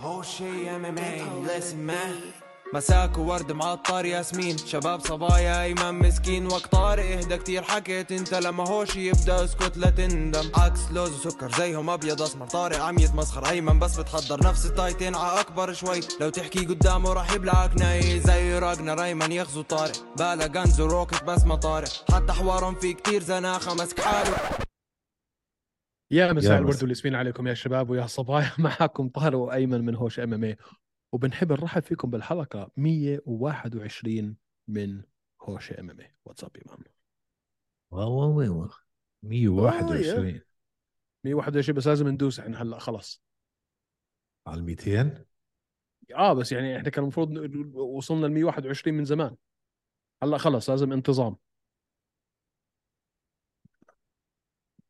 هو شي ام ام اي لسن مان مساك وورد معطر ياسمين شباب صبايا ايمن مسكين وقت طارق اهدى كتير حكيت انت لما هوش يبدا اسكت لا تندم عكس لوز وسكر زيهم ابيض اسمر طارق عم يتمسخر ايمن بس بتحضر نفس التايتين ع اكبر شوي لو تحكي قدامه راح يبلعك ناي زي راجنا ريمان يغزو طارق بالا غنز وروكت بس ما طارق حتى حوارهم في كتير زناخه مسك حاله يا مساء يا الورد مساء. والياسمين عليكم يا شباب ويا صبايا معكم طارق وايمن من هوش ام ام اي وبنحب نرحب فيكم بالحلقه 121 من هوش ام ام اي واتساب يا مان واو واو واو 121 طيب. 121 بس لازم ندوس احنا هلا خلاص على 200 اه بس يعني احنا كان المفروض ن- وصلنا ل 121 من زمان هلا خلص لازم انتظام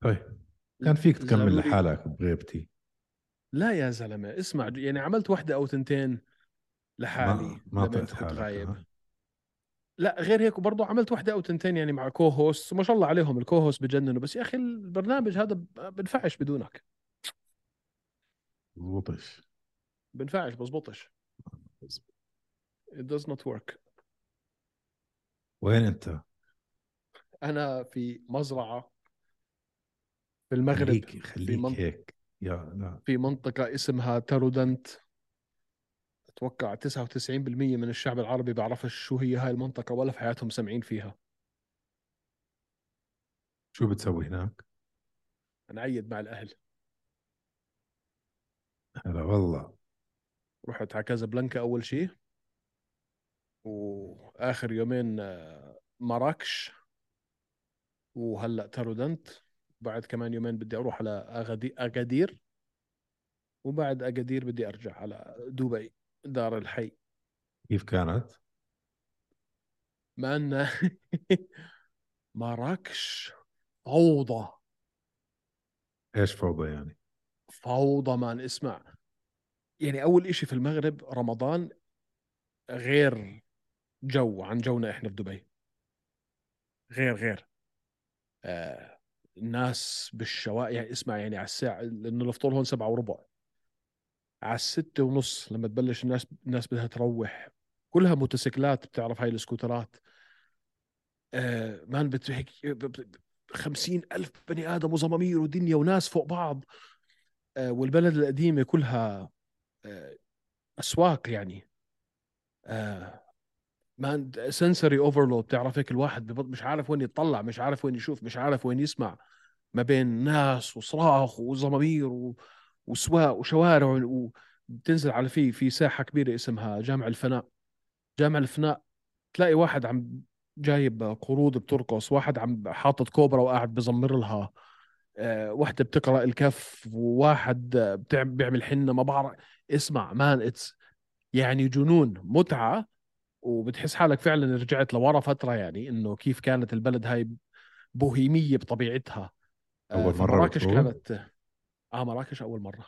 طيب كان فيك تكمل ضروري. لحالك بغيبتي لا يا زلمه اسمع يعني عملت واحده او تنتين لحالي ما, ما لما طلعت أنت كنت حالك آه. غايب ها؟ لا غير هيك وبرضه عملت واحدة أو تنتين يعني مع كو هوست ما شاء الله عليهم الكو هوست بجننوا بس يا أخي البرنامج هذا ب- بنفعش بدونك بضبطش بنفعش بزبطش it does not work وين انت؟ أنا في مزرعة في المغرب خليك خليك منطقة- هيك يا لا في منطقة اسمها تارودنت أتوقع 99% من الشعب العربي بعرفش شو هي هاي المنطقة ولا في حياتهم سامعين فيها شو بتسوي هناك؟ أنا عيد مع الأهل هلا والله رحت على كازابلانكا اول شيء واخر يومين آه، مراكش وهلا تارودنت بعد كمان يومين بدي اروح على أغادي- اغادير وبعد اغادير بدي ارجع على دبي دار الحي كيف كانت؟ ما ان مراكش فوضى ايش فوضى يعني؟ فوضى مان اسمع يعني اول إشي في المغرب رمضان غير جو عن جونا احنا في دبي غير غير آه الناس بالشوارع اسمع يعني على الساعه لانه الفطور هون سبعة وربع على الستة ونص لما تبلش الناس الناس بدها تروح كلها موتوسيكلات بتعرف هاي السكوترات آه مان بت هيك خمسين ألف بني آدم وزمامير ودنيا وناس فوق بعض آه، والبلد القديمة كلها آه، أسواق يعني آه، ما سنسوري اوفرلود بتعرف هيك الواحد ببط مش عارف وين يتطلع مش عارف وين يشوف مش عارف وين يسمع ما بين ناس وصراخ وزمامير و... وسواق وشوارع و- وبتنزل على في في ساحة كبيرة اسمها جامع الفناء جامع الفناء تلاقي واحد عم جايب قروض بترقص واحد عم حاطط كوبرا وقاعد بزمر لها آه، واحدة بتقرأ الكف وواحد آه، بتعم- بيعمل حنة ما بعرف اسمع مان اتس يعني جنون متعة وبتحس حالك فعلا رجعت لورا فترة يعني انه كيف كانت البلد هاي بوهيمية بطبيعتها آه، أول في مرة مراكش بتروح؟ كانت اه مراكش اول مرة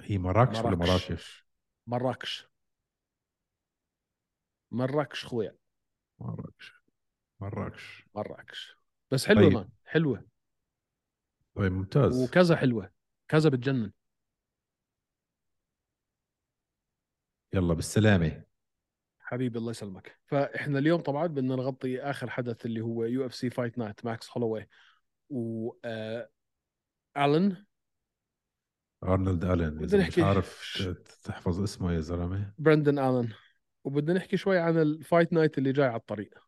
هي مراكش ولا مراكش. مراكش؟ مراكش مراكش خويا مراكش مراكش مراكش بس حلوة طيب. مان حلوة طيب ممتاز وكذا حلوة كذا بتجنن يلا بالسلامة حبيبي الله يسلمك فاحنا اليوم طبعا بدنا نغطي اخر حدث اللي هو يو اف سي فايت نايت ماكس هولوي و آه، الن ارنولد الين بدنا اذا مش نحكي- عارف ت- تحفظ اسمه يا زلمة برندن الن وبدنا نحكي شوي عن الفايت نايت اللي جاي على الطريق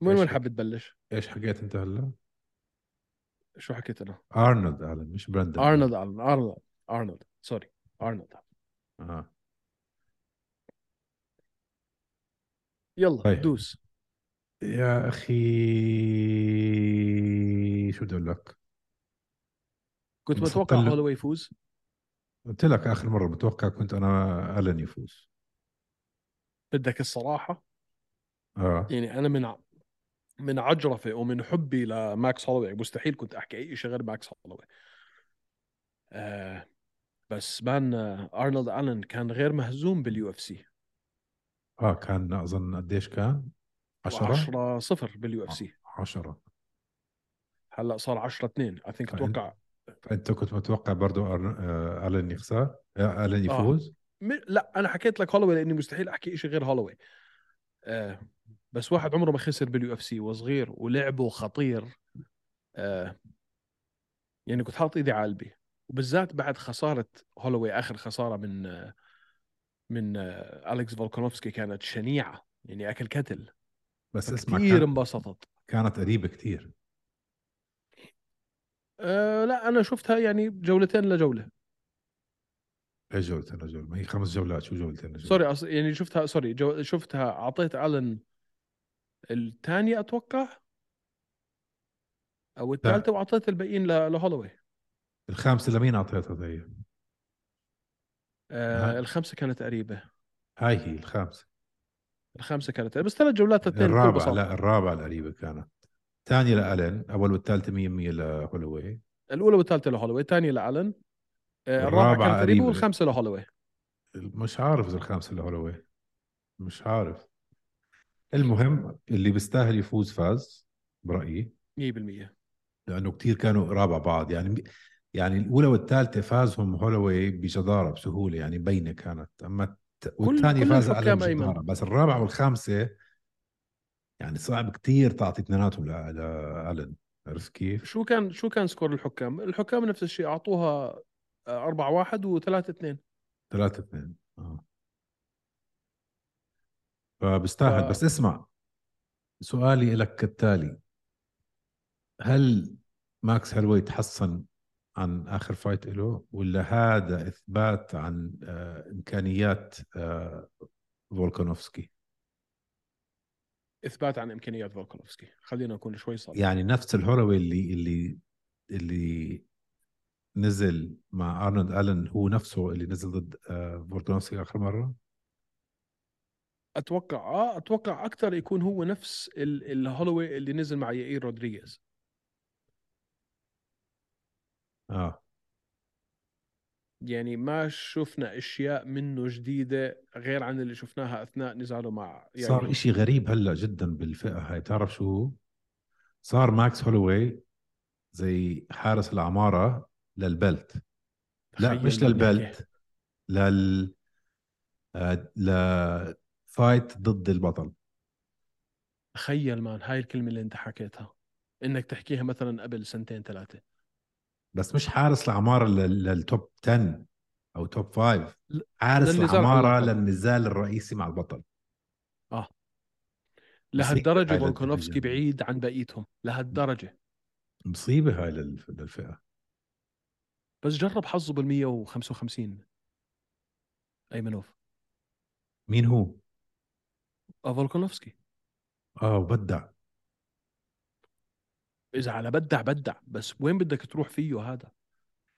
من إيش وين هيك؟ حاب تبلش؟ ايش حكيت انت هلا؟ شو حكيت انا؟ ارنولد الين مش براندن ارنولد الن ارنولد ارنولد سوري ارنولد اه يلا طيب. دوس يا اخي شو بدي اقول لك؟ كنت بفضل- متوقع هولوي يفوز قلت لك اخر مره بتوقع كنت انا الن يفوز بدك الصراحه اه يعني انا من ع- من عجرفه ومن حبي لماكس هولوي مستحيل كنت احكي اي شيء غير ماكس هولوي آه بس مان آه، ارنولد الن كان غير مهزوم باليو اف سي اه كان اظن قديش كان؟ 10 10 آه. 0 باليو اف سي 10 هلا صار 10 2 اي ثينك طيب. اتوقع فانت كنت متوقع برضو أرن- آه، الن يخسر آه، الن آه. يفوز م... لا انا حكيت لك هولوي لاني مستحيل احكي شيء غير هولوي آه بس واحد عمره ما خسر باليو اف سي وصغير ولعبه خطير آه يعني كنت حاط ايدي على قلبي وبالذات بعد خساره هولوي اخر خساره من آه من آه الكس فولكانوفسكي كانت شنيعه يعني اكل كتل بس اسمع كثير كان انبسطت كانت قريبه كثير آه لا انا شفتها يعني جولتين لجوله ايش جولتين لجوله ما هي خمس جولات شو جولتين لجوله سوري أص... يعني شفتها سوري جو... شفتها اعطيت الن الثانيه اتوقع نعم. او الثالثه واعطيت الباقيين ل... لهولوي الخامسه لمين اعطيتها طيب آه ها. الخمسه آه، كانت قريبه هاي هي الخامسه الخامسه كانت قريبة. بس ثلاث جولات اثنين بكل الرابعه بساطة. لا الرابعه القريبه كانت الثانيه لالن اول والثالثه 100% لهولوي الاولى والثالثه لهولوي الثانيه لالن آه الرابعه الرابعة كانت قريبه قريبة. والخامسه لهولوي مش عارف اذا الخامسه لهولوي مش عارف المهم اللي بيستاهل يفوز فاز برايي 100% لانه كتير كانوا قراب على بعض يعني يعني الاولى والثالثه فازهم هولوي بجداره بسهوله يعني بينه كانت اما الت- والثانيه كل فاز على الحكام بجداره أيمن. بس الرابعه والخامسه يعني صعب كتير تعطي اثنيناتهم ل- لالن عرفت كيف؟ شو كان شو كان سكور الحكام الحكام نفس الشيء آه، اعطوها 4 1 و3 2 ثلاثة اثنين اه فبستاهل ف- بس اسمع سؤالي لك التالي هل ماكس هالوي تحسن عن اخر فايت له ولا هذا اثبات عن آه امكانيات آه فولكانوفسكي اثبات عن امكانيات فولكانوفسكي خلينا نكون شوي صريح يعني نفس الهولوي اللي اللي اللي نزل مع ارنولد الن هو نفسه اللي نزل ضد آه فولكانوفسكي اخر مره اتوقع اه اتوقع اكثر يكون هو نفس ال- الهولوي اللي نزل مع يائير رودريغيز اه يعني ما شفنا اشياء منه جديده غير عن اللي شفناها اثناء نزاله مع يعني يائير صار إشي غريب هلا جدا بالفئه هاي تعرف شو هو؟ صار ماكس هولوي زي حارس العماره للبلت لا تخيل يعني، مش من هيك. للبلت لل آه، ل فايت ضد البطل تخيل مان هاي الكلمه اللي انت حكيتها انك تحكيها مثلا قبل سنتين ثلاثه بس مش حارس العماره لل- للتوب 10 او توب 5 ل- حارس للنزال على العماره اللقب. للنزال الرئيسي مع البطل لهالدرجه هاي يعني. فولكانوفسكي للدرجة. بعيد عن بقيتهم لهالدرجه مصيبه هاي لل- للفئه بس جرب حظه بال 155 ايمنوف مين هو؟ آه، فولكانوفسكي اه وبدع اذا على بدع بدع بس وين بدك تروح فيه هذا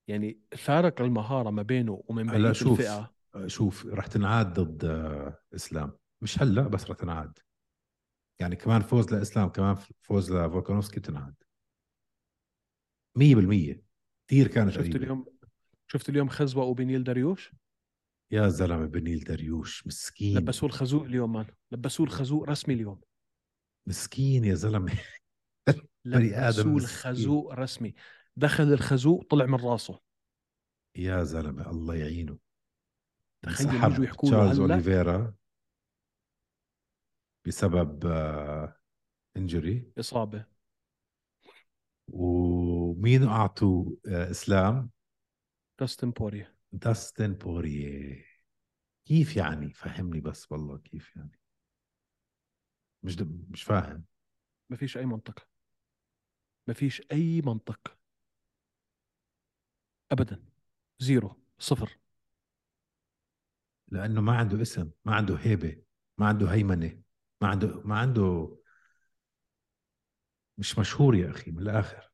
يعني فارق المهاره ما بينه ومن هلا بقيه شوف. الفئه آه، شوف رح تنعاد ضد آه، اسلام مش هلا بس رح تنعاد يعني كمان فوز لاسلام كمان فوز لفولكانوفسكي بتنعاد 100% كثير كانت شفت قريبه اليوم شفت اليوم خزوة وبنيل دريوش يا زلمه بنيل دريوش مسكين لبسوه الخازوق اليوم مان لبسوه الخازوق رسمي اليوم مسكين يا زلمه بني آدم لبسوه مسكين. الخازوق رسمي دخل الخازوق طلع من راسه يا زلمه الله يعينه تخيل انسحب يجوا يحكوا له تشارلز هلا. اوليفيرا بسبب آه، انجري اصابه ومين اعطوا آه، اسلام داستن بوريا داستن بوريه كيف يعني فهمني بس والله كيف يعني مش مش فاهم ما فيش اي منطق ما فيش اي منطق ابدا زيرو صفر لانه ما عنده اسم ما عنده هيبه ما عنده هيمنه ما عنده ما عنده مش مشهور يا اخي من الاخر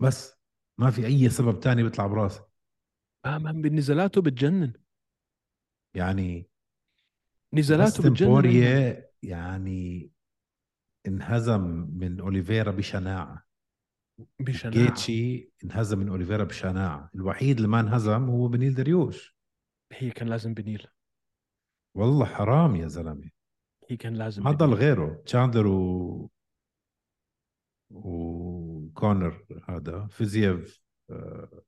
بس ما في اي سبب تاني بيطلع براسي آه، مان بنزلاته بتجنن يعني نزالاته داستن بتجنن أيمن. بوريه يعني انهزم من اوليفيرا بشناعه بشناعه جيتشي انهزم من اوليفيرا بشناعه الوحيد اللي ما انهزم هو بنيل دريوش هي كان لازم بنيل والله حرام يا زلمه هي كان لازم ما بنيل. ضل غيره تشاندلر و و كونر هذا فيزييف آه،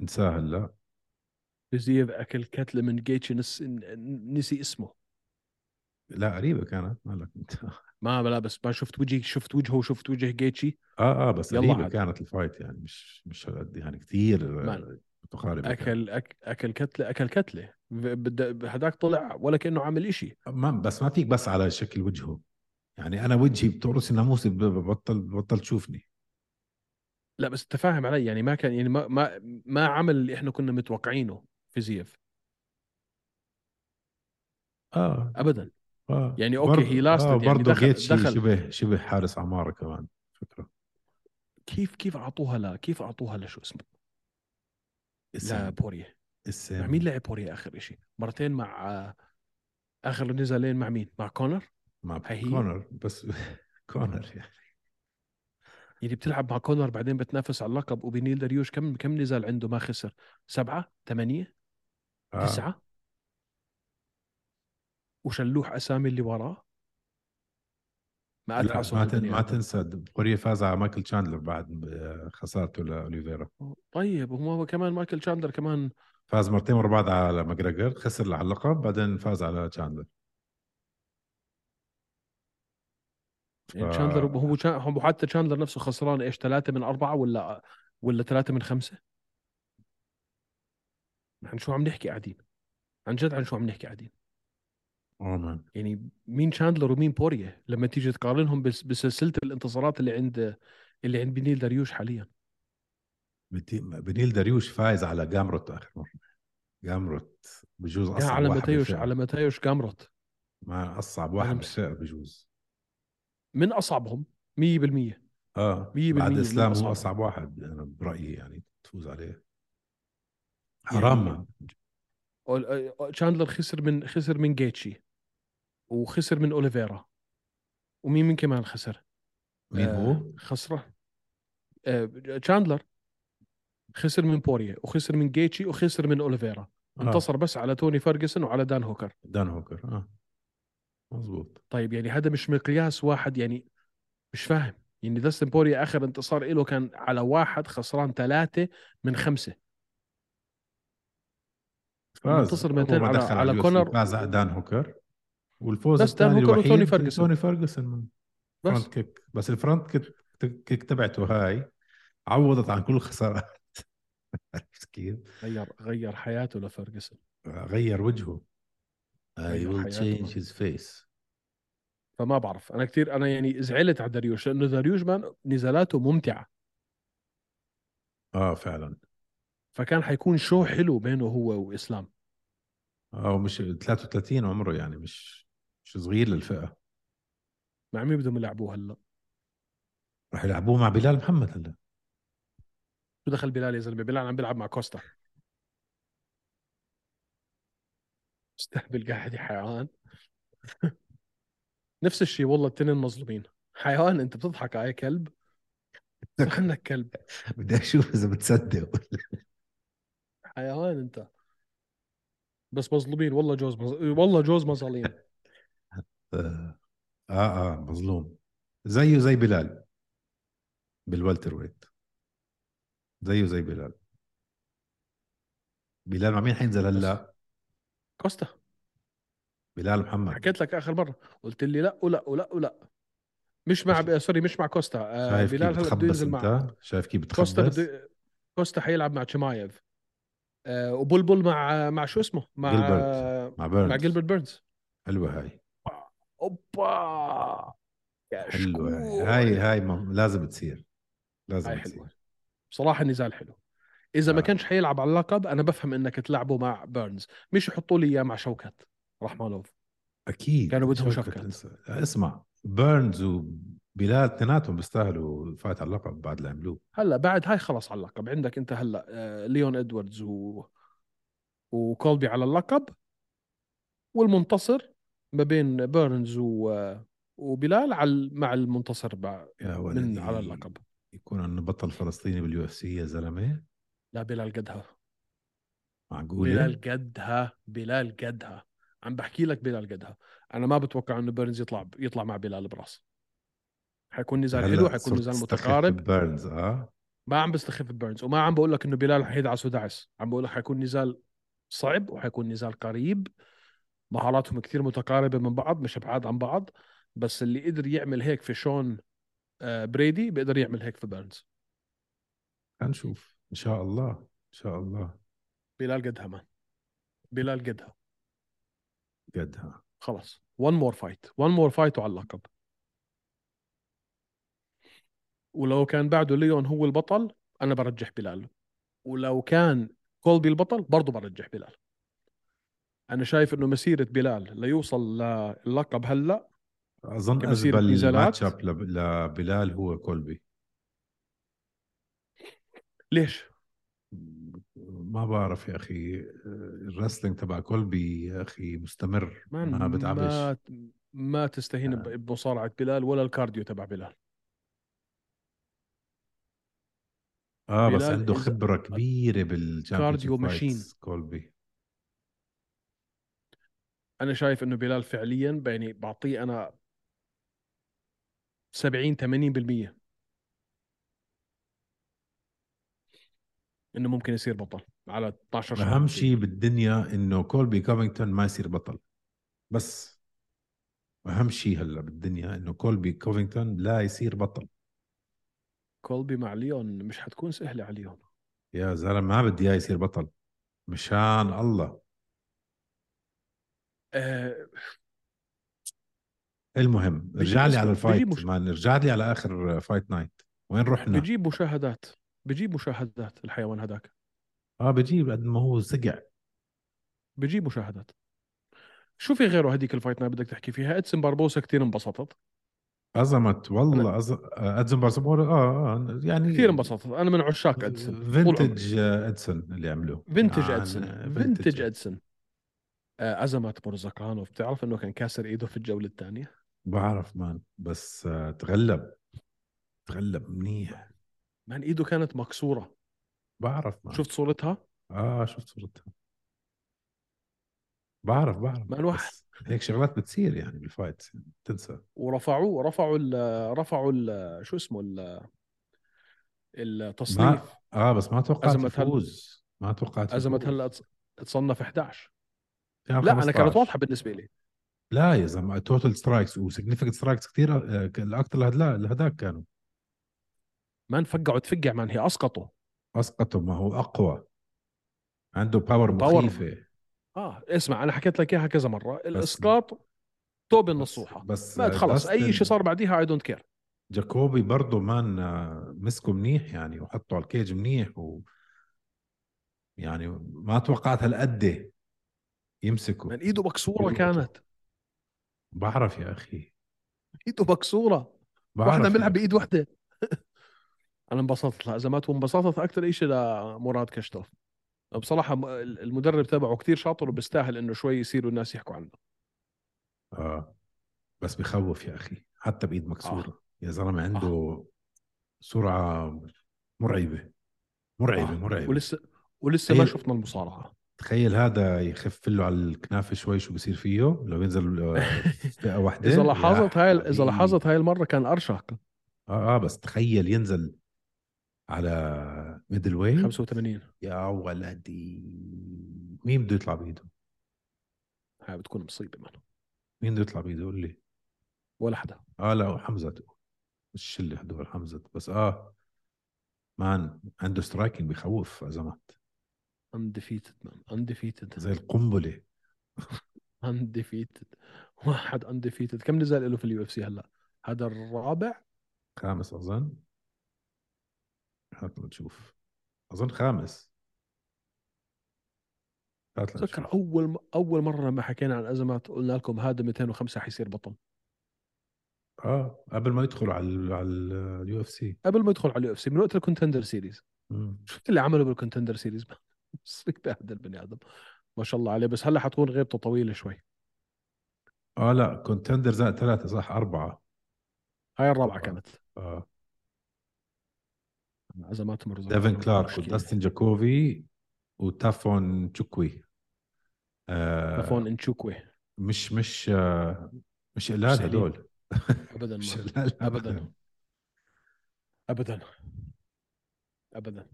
انساه هلا فيزييف اكل كتله من جيتش نس... ن- نسي اسمه لا قريبه كانت مالك انت ما لا بس ما شفت وجهي شفت وجهه وشفت وجه جيتشي اه اه بس يلا قريبه عاد. كانت الفايت يعني مش مش هالقد يعني كثير مان. متقاربه كانت. اكل أك... اكل كتله اكل كتله بد- هداك طلع ولا كانه عامل إشي ما بس ما فيك بس على شكل وجهه يعني انا وجهي بتقرص الناموس ب- ببطل ببطل تشوفني لا بس انت فاهم علي يعني ما كان يعني ما ما ما عمل اللي احنا كنا متوقعينه فيزييف اه ابدا اه يعني أوكي، برضو- هي لاستد يعني برضو دخل- جيتشي دخل. شبه شبه حارس عماره كمان فكره كيف كيف اعطوها لا كيف اعطوها لشو اسمه لا اسم بوريه مع اسم مين لعب بوريه اخر شيء مرتين مع آه، اخر نزالين مع مين مع كونر مع هي هي؟ كونر بس كونر يعني يعني بتلعب مع كونر بعدين بتنافس على اللقب وبنيل دريوش كم كم نزال عنده ما خسر سبعة ثمانية آه. تسعة وشلوح اسامي اللي وراه ما لا، اتعصب ما, تن... ما تنسى كوريا فاز على مايكل تشاندلر بعد ب- خسارته لاوليفيرا طيب وهو كمان مايكل تشاندر كمان فاز مرتين ورا بعض على ماجريجر خسر على اللقب بعدين فاز على تشاندلر يعني ف- تشاندلر هو شا- هو حتى تشاندلر نفسه خسران ايش ثلاثة من أربعة ولا ولا ثلاثة من خمسة؟ عن شو عم نحكي قاعدين؟ عن جد عن شو عم نحكي قاعدين؟ اوه مان يعني مين تشاندلر ومين بوريه لما تيجي تقارنهم بس بسلسلة الانتصارات اللي عند اللي عند بنيل داريوش حاليا بتي- بنيل داريوش فايز على جامروت اخر مره جامروت بجوز يا اصعب على واحد متايوش بالفئة. على متايوش جامروت ما اصعب واحد أنا- بالفئه بجوز من أصعبهم 100% اه مية بعد بالمية من اسلام أصعبهم. هو اصعب واحد انا برايي يعني تفوز عليه حرام يعني- أول- أه، تشاندلر خسر من خسر من جيتشي وخسر من أوليفيرا ومين من كمان خسر؟ مين هو؟ آه، خسره آه، تشاندلر خسر من بوريا وخسر من جيتشي وخسر من اوليفيرا انتصر بس على توني فيرجسون وعلى دان هوكر آه. دان هوكر اه مزبوط طيب يعني هذا مش مقياس واحد يعني مش فاهم يعني داستن بوريا اخر انتصار له كان على واحد خسران ثلاثه من خمسه منتصر أول مرتين ما على- دخل على UFC كونر. فاز على دان هوكر والفوز بس دان الثاني هوكر وتوني الوحيد فيرجسون. توني فيرجسون بس فرونت كيك بس الفرونت كيك كيك تبعته هاي عوضت عن كل الخسارات عرفت كيف؟ غير غير حياته لفيرجسون غير وجهه I غير will أيوة، حياته. change his face فما بعرف انا كثير انا يعني زعلت على داريوش لانه داريوش مان نزالاته ممتعه اه فعلا فكان حيكون شو حلو بينه هو واسلام اه ومش 33 عمره يعني مش مش صغير للفئه مع مين بدهم يلعبوه هلا رح يلعبوه مع بلال محمد هلا شو دخل بلال يا زلمه بلال عم بيلعب مع كوستا مستهبل قاعد يا حيوان نفس الشيء والله التنين مظلومين حيوان انت بتضحك على كلب صح انك كلب بدي اشوف اذا بتصدق ولا حيوان انت بس مظلومين والله جوز مز... والله جوز مظالين اه اه مظلوم زيه زي بلال بالوالتر ويت زيه زي بلال بلال مع مين حينزل هلا؟ كوستا بلال محمد حكيت لك اخر مره قلت لي لا ولا ولا ولا مش مع ب... سوري مش مع كوستا آه شايف كيف بلال هلا بده بتخبص ينزل مع انت؟ شايف كيف بتخبص؟ كوستا بده كوستا حيلعب مع تشمايف آه وبلبل مع مع شو اسمه مع جيلبرت. مع بيرنز مع جيلبرت بيرنز حلوه هاي اوبا يا حلوه شكور. هاي هاي, هاي ما- لازم تصير لازم هاي تصير حلوه بصراحه نزال حلو اذا ما آه. كانش حيلعب على اللقب انا بفهم انك تلعبه مع بيرنز مش يحطوا لي اياه مع شوكت رحمانوف اكيد كانوا بدهم شوكة شفكات. تنسى. اسمع بيرنز وبلال اثنيناتهم بيستاهلوا فايت على اللقب بعد اللي عملوه هلا بعد هاي خلص على اللقب عندك انت هلا آه، ليون ادواردز و وكولبي على اللقب والمنتصر ما بين بيرنز و... وبلال على مع المنتصر بع- يا من ولدي على اللقب يكون انه بطل فلسطيني باليو اف سي يا زلمه لا بلال قدها معقوله بلال قدها بلال قدها عم بحكي لك بلال قدها انا ما بتوقع انه بيرنز يطلع يطلع مع بلال براس حيكون نزال هلا حلو حيكون صرت نزال تستخف متقارب بيرنز اه ما عم بستخف بيرنز وما عم بقول لك انه بلال حيدعس ودعس عم بقول لك حيكون نزال صعب وحيكون نزال قريب مهاراتهم كثير متقاربه من بعض مش ابعاد عن بعض بس اللي قدر يعمل هيك في شون آه، بريدي بيقدر يعمل هيك في بيرنز هنشوف ان شاء الله ان شاء الله بلال قدها مان بلال قدها قدها خلص وان مور فايت وان مور فايت وعلى اللقب ولو كان بعده ليون هو البطل انا برجح بلال ولو كان كولبي البطل برضه برجح بلال انا شايف انه مسيره بلال ليوصل للقب هلا اظن كمسيرة اجبل نزالات. ماتش اب لبلال هو كولبي ليش ما بعرف يا اخي الرسلينج تبع كولبي يا اخي مستمر مان ما بتعبش ما, ما تستهين آه. ب- بمصارعه بلال ولا الكارديو تبع بلال اه بس بلال عنده is خبره كبيره بالكارديو كارديو ماشين. كولبي انا شايف انه بلال فعليا يعني بعطيه انا 70 80% انه ممكن يصير بطل على 12 شهر اهم شيء بالدنيا انه كولبي كوفينغتون ما يصير بطل بس اهم شيء هلا بالدنيا انه كولبي كوفينغتون لا يصير بطل كولبي مع ليون مش حتكون سهله على ليون يا زلمه ما بدي اياه يصير بطل مشان الله آه المهم بيجي- ارجع لي اسمع، على بيجي الفايت مش- مان ارجع لي على اخر فايت نايت وين رحنا بجيب مشاهدات بجيب مشاهدات الحيوان هذاك اه بجيب قد ما هو سقع بجيب مشاهدات شو في غيره هذيك الفايت نايت بدك تحكي فيها ادسن باربوسا كثير انبسطت عظمت والله أز... ادسون بارسبور اه آه، يعني كثير انبسطت انا من عشاق ادسن فينتج ادسون اللي يعني عملوه فينتج عن- ادسن فينتج ادسون آه، ازمات مرزقانوف بتعرف انه كان كاسر ايده في الجوله الثانيه بعرف مان بس آه، تغلب تغلب منيح مان ايده كانت مكسوره بعرف مان شفت صورتها اه شفت صورتها بعرف بعرف مان واحد. بس هيك شغلات بتصير يعني بالفايت تنسى ورفعوه رفعوا ال رفعوا ال شو اسمه ال التصنيف اه بس ما توقعت أزمة هل- يفوز ما توقعت ازمه يفوز. هلا تص- تصنف 11 كان لا انا 15. كانت واضحه بالنسبه لي لا يا زلمه توتال سترايكس وسيجنفكت سترايكس كثير آه، الاكثر لهدلا- لهداك كانوا مان فقعوا تفقع مان هي اسقطوا اسقطوا ما هو اقوى عنده باور باور. مخيفه اه اسمع انا حكيت لك اياها كذا مره الاسقاط توب النصوحه بس ما خلص اي شيء داستن- صار بعديها اي دونت كير جاكوبي برضه مان آه، مسكه منيح يعني وحطه على الكيج منيح و يعني ما توقعت هالقد يمسكه مان ايده مكسوره يضغطه. كانت بعرف يا اخي ايده مكسوره بعرف واحد عم يا بيلعب أخي. بايد واحده انا انبسطت لازمات وانبسطت اكثر شيء لمراد كشتوف بصراحه م- المدرب تبعه كثير شاطر وبيستاهل انه شوي يصيروا الناس يحكوا عنه اه بس بخوف يا اخي حتى بايد مكسوره آه. يا زلمه عنده آه. سرعه مرعبه مرعبه آه. آه. مرعبه ولسه ولسه ما هي- شفنا المصارعه تخيل هذا يخف له على الكنافه شوي شو بصير فيه لو ينزل آه، فئه واحده اذا يا لاحظت هاي اذا حبيبي. لاحظت هاي المره كان ارشق اه اه بس تخيل ينزل على ميدل ويت 85 يا ولدي مين بده يطلع بايده؟ هاي بتكون مصيبه مان مين بده يطلع بايده؟ قول لي ولا حدا اه لا حمزه تقول الشله هدول حمزه بس اه مان عنده سترايكنج بخوف ازمات انديفيتد مان انديفيتد زي القنبله انديفيتد واحد انديفيتد كم نزال له في اليو اف سي هلا هذا الرابع خامس اظن هات نشوف اظن خامس هات تذكر لنشوف اول م... اول مره لما حكينا عن ازمات قلنا لكم هذا 205 حيصير بطل اه قبل ما يدخلوا على ال على اليو اف سي قبل ما يدخل على اليو اف سي من وقت الكونتندر سيريز شفت اللي عمله بالكونتندر سيريز مصيبه هذا البني ادم ما شاء الله عليه بس هلا حتكون غيبته طويله شوي اه لا كونتندر زائد ثلاثة صح أربعة هاي الرابعه طبعاً. كانت اه ازمات مرزق ديفن كلارك مشكلة. وداستن جاكوفي وتافون تشوكوي آه تلفون انشوكوي مش مش آه مش قلال سليم. هدول ابدا مش ما. قلال ابدا ابدا ابدا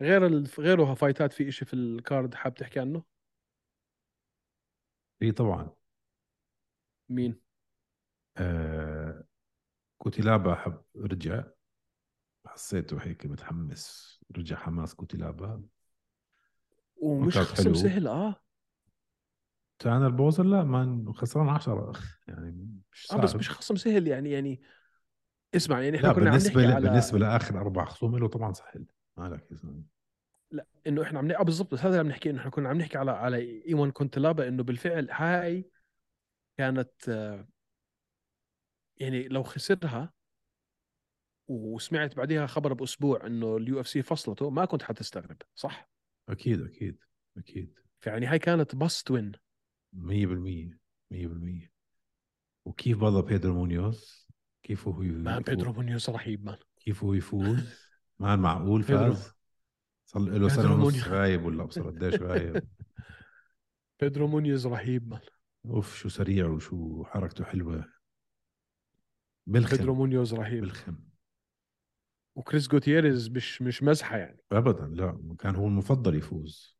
غير ال... غيرها فايتات في إشي في الكارد حاب تحكي عنه في طبعا مين آه كوتيلابا حب رجع حسيته هيك متحمس رجع حماس كوتيلابا ومش نقاط خصم حلوة. سهل اه تانا البوزر لا ما خسران 10 يعني مش اه بس صعب. مش خصم سهل يعني يعني اسمع يعني احنا لا كنا عم بالنسبه نحكي ل... على بالنسبه لاخر اربع خصوم له طبعا سهل مالك يا زلمه لا انه احنا عم ن- اه بالضبط بس هذا اللي عم نحكي انه احنا كنا عم نحكي على على ايوان كونتلابا انه بالفعل هاي كانت آه، يعني لو خسرها وسمعت بعدها خبر باسبوع انه اليو اف سي فصلته ما كنت حتستغرب صح؟ اكيد اكيد اكيد فيعني هاي كانت باست وين 100% 100% وكيف بضى بيدرو مونيوز كيف هو ما يفوز- بيدرو مونيوز رهيب مان كيف هو يفوز ما معقول بيدرو. فاز صار له بيدرو سنه ونص مونيوز. غايب ولا ابصر قديش غايب بيدرو مونيوز رهيب مان اوف شو سريع وشو حركته حلوه بيدرو بالخم مونيوز رهيب بالخم وكريس جوتيريز مش مش مزحه يعني ابدا لا كان هو المفضل يفوز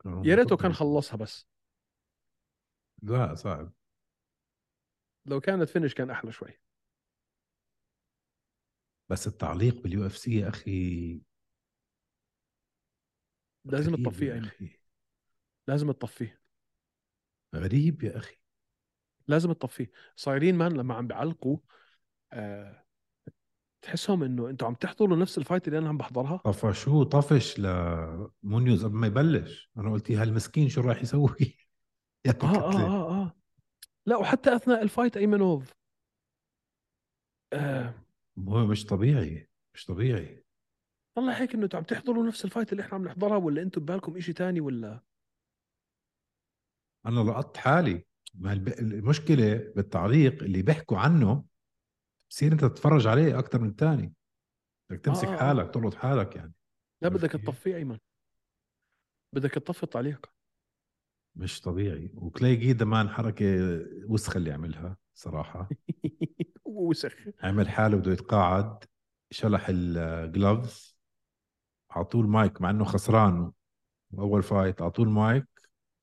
كان هو يا ريته المفضل كان يفوز. خلصها بس لا صعب لو كانت فينش كان احلى شوي بس التعليق باليو اف سي يا اخي لازم غريب تطفيه يا أيمن. اخي لازم تطفيه غريب يا اخي لازم تطفيه صايرين مان لما عم بيعلقوا آه تحسهم انه انتوا عم تحضروا نفس الفايت اللي انا عم بحضرها طفشوه طفش لمونيوز قبل ما يبلش انا قلت يا هالمسكين شو رايح يسوي يا اه اه اه اه لا وحتى اثناء الفايت ايمنوف آه هو مش طبيعي مش طبيعي طلع هيك انه انتوا عم تحضروا نفس الفايت اللي احنا عم نحضرها ولا انتوا ببالكم شيء تاني ولا انا لقطت حالي ما الب- المشكله بالتعليق اللي بيحكوا عنه بصير انت تتفرج عليه اكثر من الثاني بدك تمسك آه، آه. حالك تلقط حالك يعني لا عرفت بدك كيف؟ تطفيه ايمن بدك تطفي التعليق مش طبيعي وكلاي جيدا مان حركه وسخه اللي عملها صراحه وسخ عمل حاله بده يتقاعد شلح الجلوفز اعطوه المايك مع انه خسران واول فايت اعطوه المايك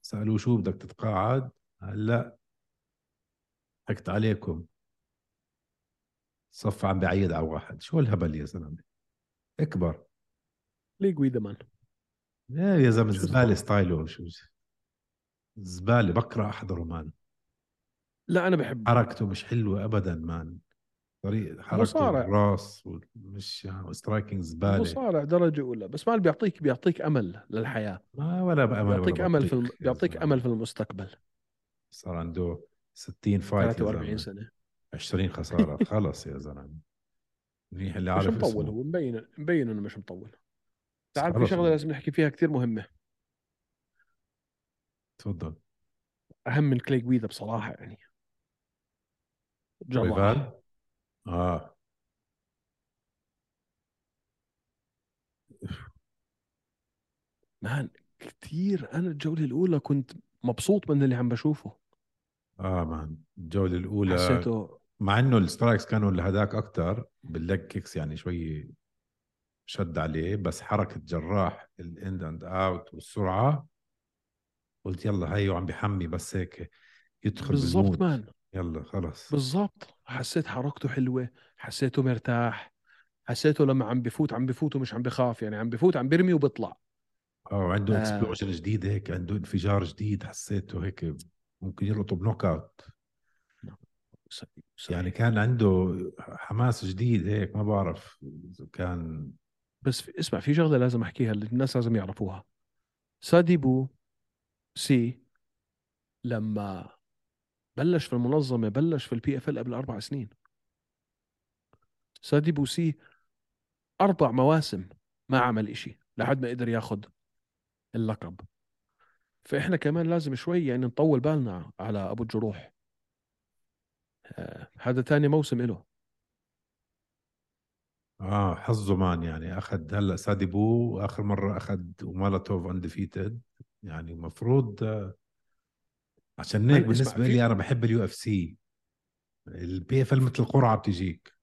سالوه شو بدك تتقاعد قال لا حكت عليكم صف عم بعيد على واحد شو الهبل يا زلمه اكبر إيه ليه جويدا مان يا يا زلمه شو زباله الخبر؟ ستايله شو زباله بكره احضره مان لا انا بحبه حركته مش حلوه ابدا مان طريقه حركته مصارع. الراس مش يعني، سترايكنج زباله مصارع درجه اولى بس ما بيعطيك بيعطيك امل للحياه ما ولا بامل ولا بيعطيك امل في الم... بطيق يا بيعطيك زلمة. امل في المستقبل صار عنده 60 فايت يا 43 زلمه سنه 20 خساره خلص يا زلمه منيح اللي مش عارف مطول اسمه هو مبين مبين انه مش مطول تعال في خلص شغله يعني. لازم نحكي فيها كثير مهمه تفضل اهم من كلي جويدا بصراحه يعني طيب، جراح ريفال اه مان كثير انا الجوله الاولى كنت مبسوط من اللي عم بشوفه اه مان الجوله الاولى حسيته مع انه السترايكس كانوا لهداك اكثر بالليج كيكس يعني شوي شد عليه بس حركه جراح الاند اند اوت والسرعه قلت يلا هي وعم بحمي بس هيك يدخل بالضبط بالمود مان يلا خلص بالضبط حسيت حركته حلوه حسيته مرتاح حسيته لما عم بفوت عم بفوت ومش عم بخاف يعني عم بفوت عم برمي وبطلع اه عنده آه. اكسبلوجن جديد هيك عنده انفجار جديد حسيته هيك ممكن يلقطه بنوك اوت يعني كان عنده حماس جديد هيك ما بعرف إذا كان بس في اسمع في شغله لازم احكيها اللي الناس لازم يعرفوها ساديبو سي لما بلش في المنظمه بلش في البي اف ال قبل اربع سنين ساديبو سي اربع مواسم ما عمل إشي لحد ما قدر ياخد اللقب فاحنا كمان لازم شوي يعني نطول بالنا على ابو الجروح آه، هذا تاني موسم له اه حظه مان يعني اخذ هلا سادي بو واخر مره اخذ ومالاتوف انديفيتد يعني المفروض آه، عشان هيك هلا اسمع، بالنسبه طيب، في- لي انا بحب اليو اف سي البي اف مثل القرعه بتجيك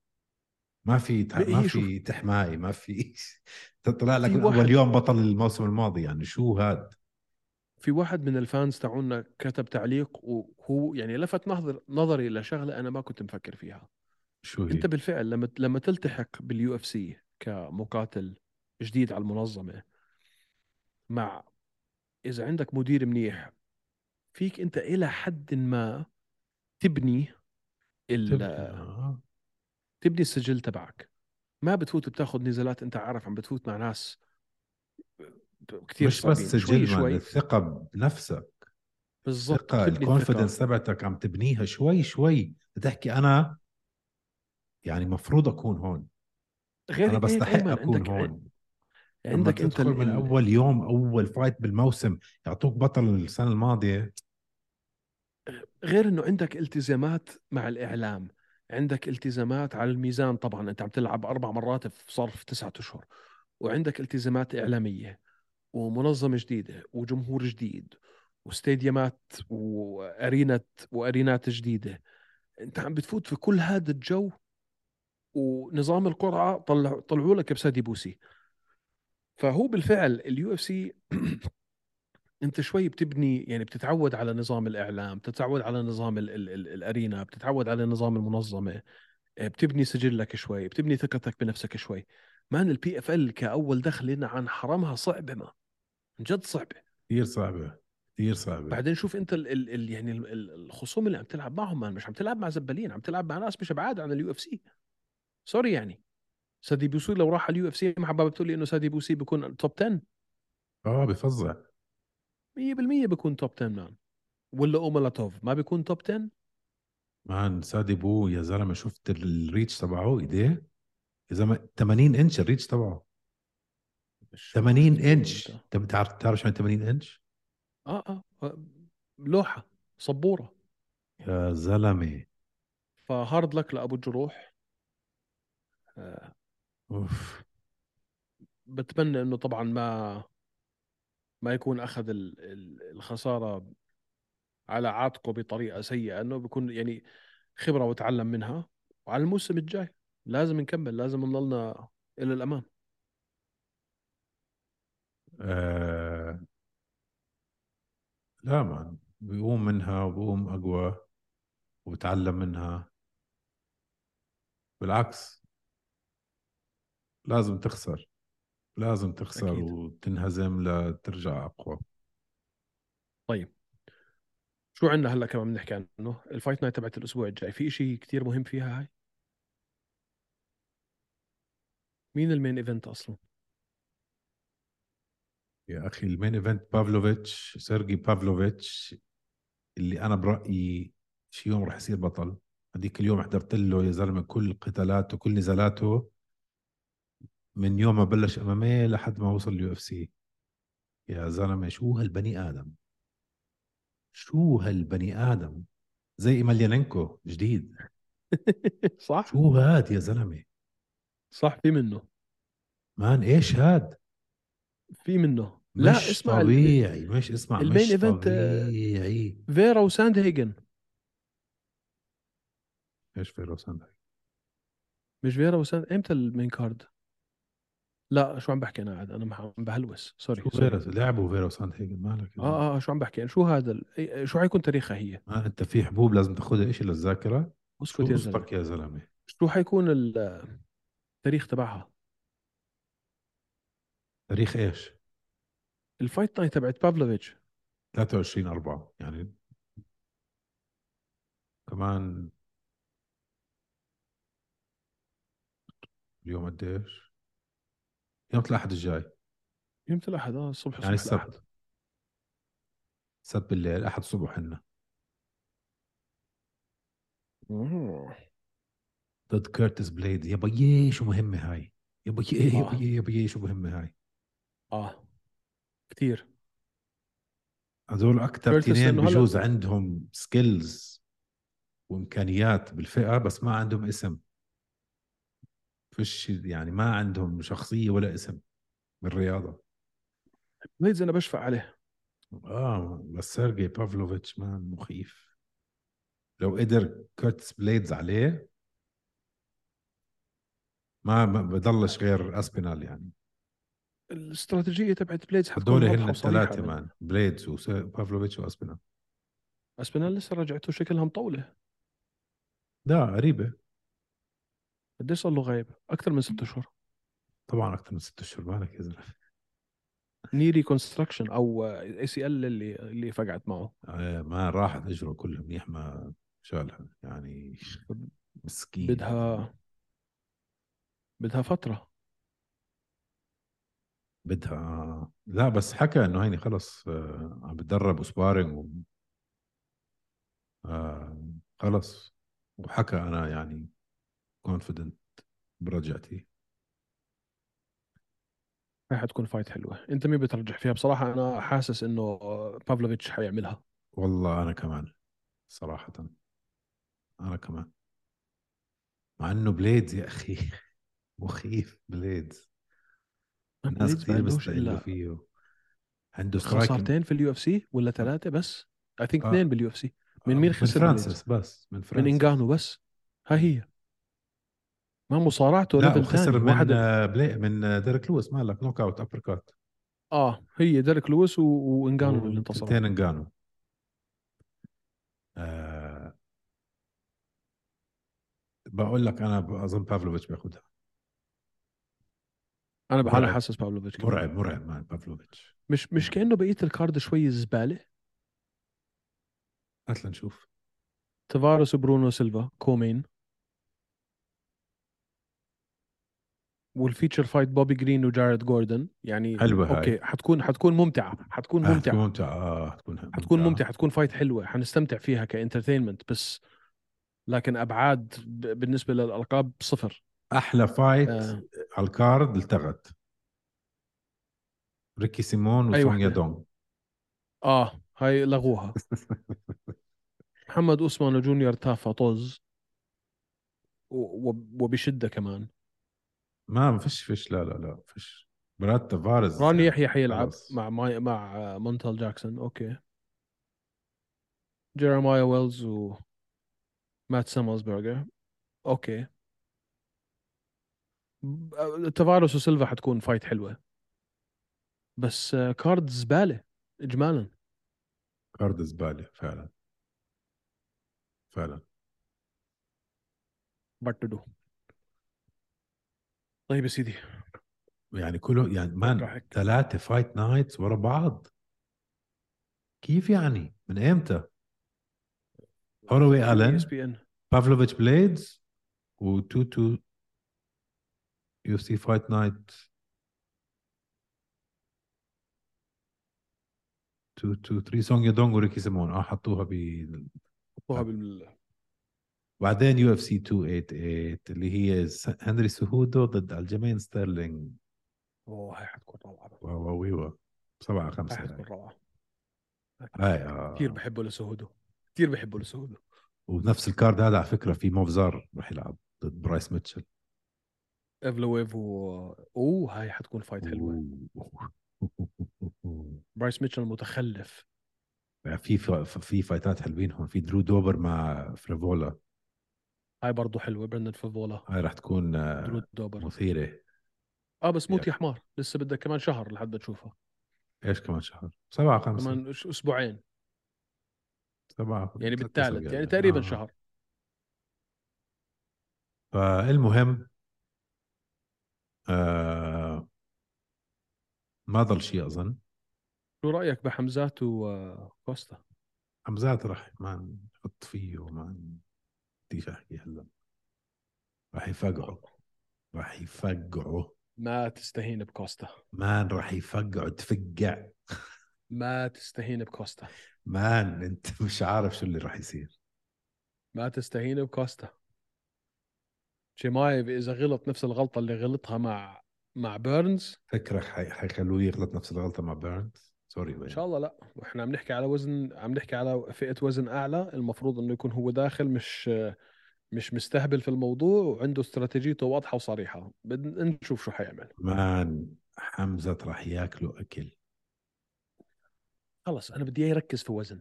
ما في تح... ما هي إيه، شوف- في تحماي ما في تطلع لك في من واحد- اول يوم بطل الموسم الماضي يعني شو هاد في واحد من الفانز تاعونا كتب تعليق وهو يعني لفت نظر نظري لشغله انا ما كنت مفكر فيها شو هي انت بالفعل لما لما تلتحق باليو اف سي كمقاتل جديد على المنظمه مع اذا عندك مدير منيح فيك انت الى حد ما تبني تبني- ال- آه. تبني السجل تبعك ما بتفوت بتاخذ نزالات انت عارف عم بتفوت مع ناس كثير مش بس شوي سجل مان، شوي الثقه بنفسك بالضبط الثقه بتبني الثقة. الكونفدنس تبعتك عم تبنيها شوي شوي بتحكي انا يعني مفروض اكون هون غير انا هيك بستحق أيمن، اكون إيه، عندك هون عندك انت تدخل ال- من ال- اول يوم اول فايت بالموسم يعطوك بطل السنه الماضيه غير انه عندك التزامات مع الاعلام عندك التزامات على الميزان طبعا انت عم تلعب اربع مرات في صرف تسعة اشهر وعندك التزامات اعلاميه ومنظمه جديده وجمهور جديد واستاديومات وارينه وارينات جديده انت عم بتفوت في كل هذا الجو ونظام القرعه طلع طلعوا لك بسادي بوسي فهو بالفعل اليو اف سي انت شوي بتبني يعني بتتعود على نظام الاعلام بتتعود على نظام ال ال ال الارينا بتتعود على نظام المنظمه آه، بتبني سجلك شوي بتبني ثقتك بنفسك شوي مان البي اف ال كاول دخله عن حرمها صعبه ما عن جد صعبه كثير صعبه كثير صعبه بعدين شوف انت ال ال ال يعني ال- ال- الخصوم اللي عم تلعب معهم مان مش عم تلعب مع زبالين عم تلعب مع ناس مش ابعاد عن اليو اف سي سوري يعني سادي بوسي لو راح على اليو اف سي ما حباب بتقول لي انه سادي بوسي بيكون توب 10 اه بفظع 100% بيكون توب 10 مان ولا اوملاتوف ما بيكون توب 10 مان سادي بو يا زلمه شفت الريتش تبعه ايديه يا زلمه 80 انش الريتش تبعه مش- 80 مش- انش أنت- طب تعرف تعرف شو يعني 80 انش اه اه آه، لوحه سبوره يا زلمه فهارد لك لابو الجروح آه، اوف بتمنى انه طبعا ما ما يكون اخذ ال- ال- الخساره على عاتقه بطريقه سيئه انه بيكون يعني خبره وتعلم منها وعلى الموسم الجاي لازم نكمل لازم نضلنا الى الامام آه... لا مان بيقوم منها وبيقوم اقوى وبتعلم منها بالعكس لازم تخسر لازم تخسر أكيد. وتنهزم لترجع اقوى شو عندنا هلا كمان بنحكي عنه الفايت نايت تبعت الاسبوع الجاي في شيء كتير مهم فيها هاي مين المين ايفنت اصلا يا اخي المين ايفنت بافلوفيتش سيرجي بافلوفيتش اللي انا برايي شي يوم رح يصير بطل هذيك اليوم حضرت له يا زلمه كل قتالاته كل نزالاته من يوم ما بلش ام لحد ما وصل اليو اف سي يا زلمه شو هالبني ادم شو هالبني ادم زي ايماليانينكو جديد صح شو هاد يا زلمه صح في منه مان ايش هاد في منه مش لا اسمع ال- طبيعي مش اسمع المين مش إيفنت، آه، طبيعي فيرا وساند هيجن ايش في لوس أنجلوس؟ مش فيرا وساند امتى المين كارد لا شو عم بحكي انا عاد انا مح- عم بهلوس سوري شو سوري. فيروس لعبوا فيروس ساند هيجن مالك يا زلمة؟ اه اه شو عم بحكي أنا؟ شو هذا ال- أي- شو حيكون تاريخها هي ما انت في حبوب لازم تاخذها شيء للذاكره شو اسكت يا زلمه قصتك يا زلمه شو حيكون ال- التاريخ تبعها تاريخ ايش الفايت نايت تبعت بافلوفيتش 23 4 يعني كمان اليوم قديش يوم الاحد الجاي يوم الاحد اه الصبح يعني الصبح الأحد. السبت السبت بالليل الاحد الصبح عنا مم. ضد كيرتس بليد يا بيي شو مهمه هاي يا بيي يا آه. بيي يا بيي شو مهمه هاي اه كثير هذول اكثر كيرتس تنين لأنه هلا- بجوز عندهم سكيلز وامكانيات بالفئه بس ما عندهم اسم فش يعني ما عندهم شخصيه ولا اسم بالرياضه بليدز انا بشفع عليه اه بس سيرجي بافلوفيتش مان مخيف لو قدر كيرتس بليدز عليه ما ما بضلش غير اسبينال يعني الاستراتيجيه تبعت بليدز حتكون هدول واضحة هن وصريحة الثلاثه من- مان بليدز وبافلوفيتش واسبينال اسبينال لسه رجعته شكلها مطوله لا قريبه قديش صار له غايب؟ اكثر من ست اشهر طبعا اكثر من ست اشهر بالك يا زلمه ني ريكونستراكشن او اي سي ال اللي اللي فقعت معه آه، ما راحت اجره كلها منيح ما شالها يعني مسكين بدها بدها فتره بدها آه. لا بس حكى انه هيني خلص آه، عم بتدرب وسبارينج و... آه، خلص وحكى انا يعني كونفيدنت برجعتي هاي حتكون فايت حلوه انت مين بترجح فيها بصراحه انا حاسس انه بافلوفيتش حيعملها والله انا كمان صراحة انا كمان مع انه بليدز يا اخي مخيف بليدز الناس بليدز ما عندوش كثير بيستقلوا إلا فيه عنده سترايكنج خسارتين في اليو اف سي ولا ثلاثه بس اي ثينك آه. اثنين باليو اف سي من مين خسر من بليدز؟ فرانسيس بس من من فرانسيس انجانو بس ها هي ما مصارعته لا level وخسر تاني. من واحد- آه، بلي... من آه، ديريك لويس مالك نوك اوت ابر كات اه هي ديريك لويس و... وانجانو اللي انتصروا تنتين انجانو آه... بقول لك انا ب- اظن بافلوفيتش بياخذها انا بحالي مرعب. حاسس بافلوفيتش كمان. مرعب مرعب مان بافلوفيتش مش مش كانه بقيه الكارد شوي زباله هات لنشوف تفارس وبرونو سيلفا كومين والفيتشر فايت بوبي جرين وجارد جوردن يعني حلوة هاي. اوكي حتكون حتكون ممتعه حتكون آه، حتكون ممتعه ممتعة اه حتكون ممتعة حتكون ممتعه حتكون فايت حلوه حنستمتع فيها كانترتينمنت بس لكن ابعاد ب- بالنسبه للالقاب صفر احلى فايت آه. على الكارد التغت ريكي سيمون أي وسونيا وحدة. دونغ اه هاي لغوها محمد اوسمان وجونيور تافا طز و- وب- وبشده كمان ما ما فيش فيش لا لا لا فيش براد تفارز راني يحيى حيلعب خلاص. مع ماي مع مونتال جاكسون اوكي جيرمايا ويلز و مات ساملزبرجر اوكي تفارس وسيلفا حتكون فايت حلوه بس آه، كارد زباله اجمالا كارد زبالة فعلا فعلا بطلوا طيب يا سيدي يعني كله يعني مان أتوقع هيك. ثلاثة فايت نايتس ورا بعض كيف يعني؟ من ايمتى؟ هوروي الن اس بي ان بافلوفيتش بليدز و 2 2 يو سي فايت نايت 2 2 3 سونج يدونغ وريكي سيمون اه حطوها ب حطوها بال بعدين يو اف سي 288 اللي هي س- هنري سهودو ضد الجيمين ستيرلينج اوه هاي حتكون روعه واو واو واو يعني. 7 هاي 5 حتكون روعه هاي آه. كثير بحبه لسهودو كثير بحبه لسهودو وبنفس الكارد هذا على فكره في موفزار راح يلعب ضد برايس ميتشل افلويف و اوه هاي حتكون فايت حلوه برايس ميتشل متخلف يعني في فا- في فايتات حلوين هون في درو دوبر مع فريفولا هاي برضو حلوه برندن فيفولا هاي راح تكون آه، درود دوبر مثيره اه بس موت يا. آه، يا حمار لسه بدك كمان شهر لحد ما تشوفها ايش كمان شهر؟ سبعة خمسة كمان ش- اسبوعين سبعة خمسة، يعني ستة بالثالث أسابيع يعني تقريبا آه. شهر فالمهم آه ما ضل شيء اظن شو رايك بحمزات آه، وكوستا حمزات راح ما نحط فيه وما بديش احكي هلا راح يفقعوا راح يفقعوا ما تستهين بكوستا مان راح يفقعوا تفقع ما تستهين بكوستا مان انت مش عارف شو اللي راح يصير ما تستهين بكوستا شمايف اذا غلط نفس الغلطه اللي غلطها مع مع بيرنز فكرك حي- حيخلوه يغلط نفس الغلطه مع بيرنز سوري ان وين. شاء الله لا واحنا عم نحكي على وزن عم نحكي على فئه وزن اعلى المفروض انه يكون هو داخل مش مش مستهبل في الموضوع وعنده استراتيجيته واضحه وصريحه بدنا نشوف شو حيعمل مان حمزه راح ياكله اكل خلص انا بدي اياه يركز في وزن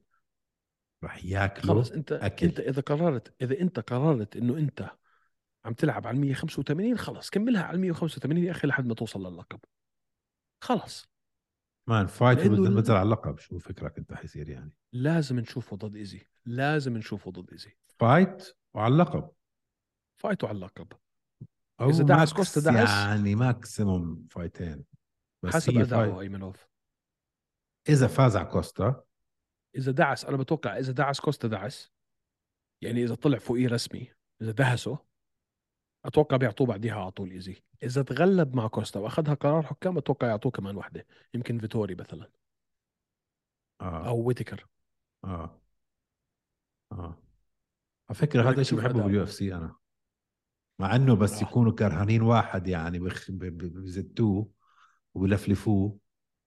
راح ياكله خلص انت أكل. انت اذا قررت اذا انت قررت انه انت عم تلعب على 185 خلص كملها على 185 يا اخي لحد ما توصل للقب خلص مان فايت لأنه ال- بنزل على اللقب شو فكرك انت حيصير يعني لازم نشوفه ضد ايزي لازم نشوفه ضد ايزي فايت وعلى اللقب فايته على اللقب أو إذا دعس max كوستا دعس. يعني ماكسيموم فايتين بس حسب هي اداؤه فايت- ايمنوف اذا فاز على كوستا اذا دعس انا بتوقع اذا دعس كوستا دعس يعني اذا طلع فوقيه رسمي اذا دهسه اتوقع بيعطوه بعديها على طول ايزي اذا تغلب مع كوستا واخذها قرار حكام اتوقع يعطوه كمان وحده يمكن فيتوري مثلا اه او ويتكر اه اه على فكره بدك هذا الشيء تشوف بحبه أداء. باليو اف سي انا مع انه بس آه. يكونوا كرهانين واحد يعني بخ- ب- ب- بزتوه وبلفلفوه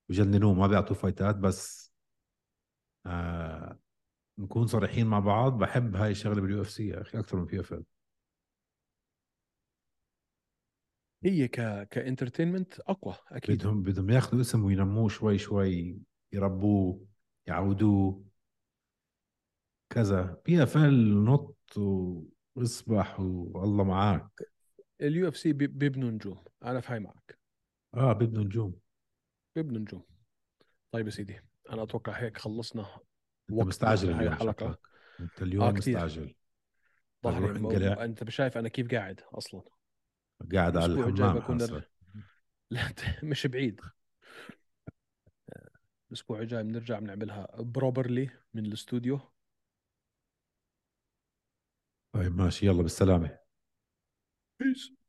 وجننوه ما بيعطوه فايتات بس آه نكون صريحين مع بعض بحب هاي الشغله باليو اف سي يا اخي اكثر من بي اف ال هي ك كانترتينمنت اقوى اكيد بدهم بدهم ياخذوا اسم وينموه شوي شوي يربوه يعودوه كذا بي اف ال نط واصبح والله معك اليو اف سي بيبنوا نجوم انا في هاي معك اه بده نجوم بيبنوا نجوم طيب يا سيدي انا اتوقع هيك خلصنا انت وقت مستعجل هاي اليوم الحلقة. شكلك انت اليوم آه كتير. مستعجل طيب ظهري روح مو- انقلع. انت شايف انا كيف قاعد اصلا قاعد على الاسبوع الجاي الحمام بكون حاسة. نر... لا ت- مش بعيد الاسبوع الجاي بنرجع بنعملها بروبرلي من الاستوديو طيب ماشي يلا بالسلامه بيس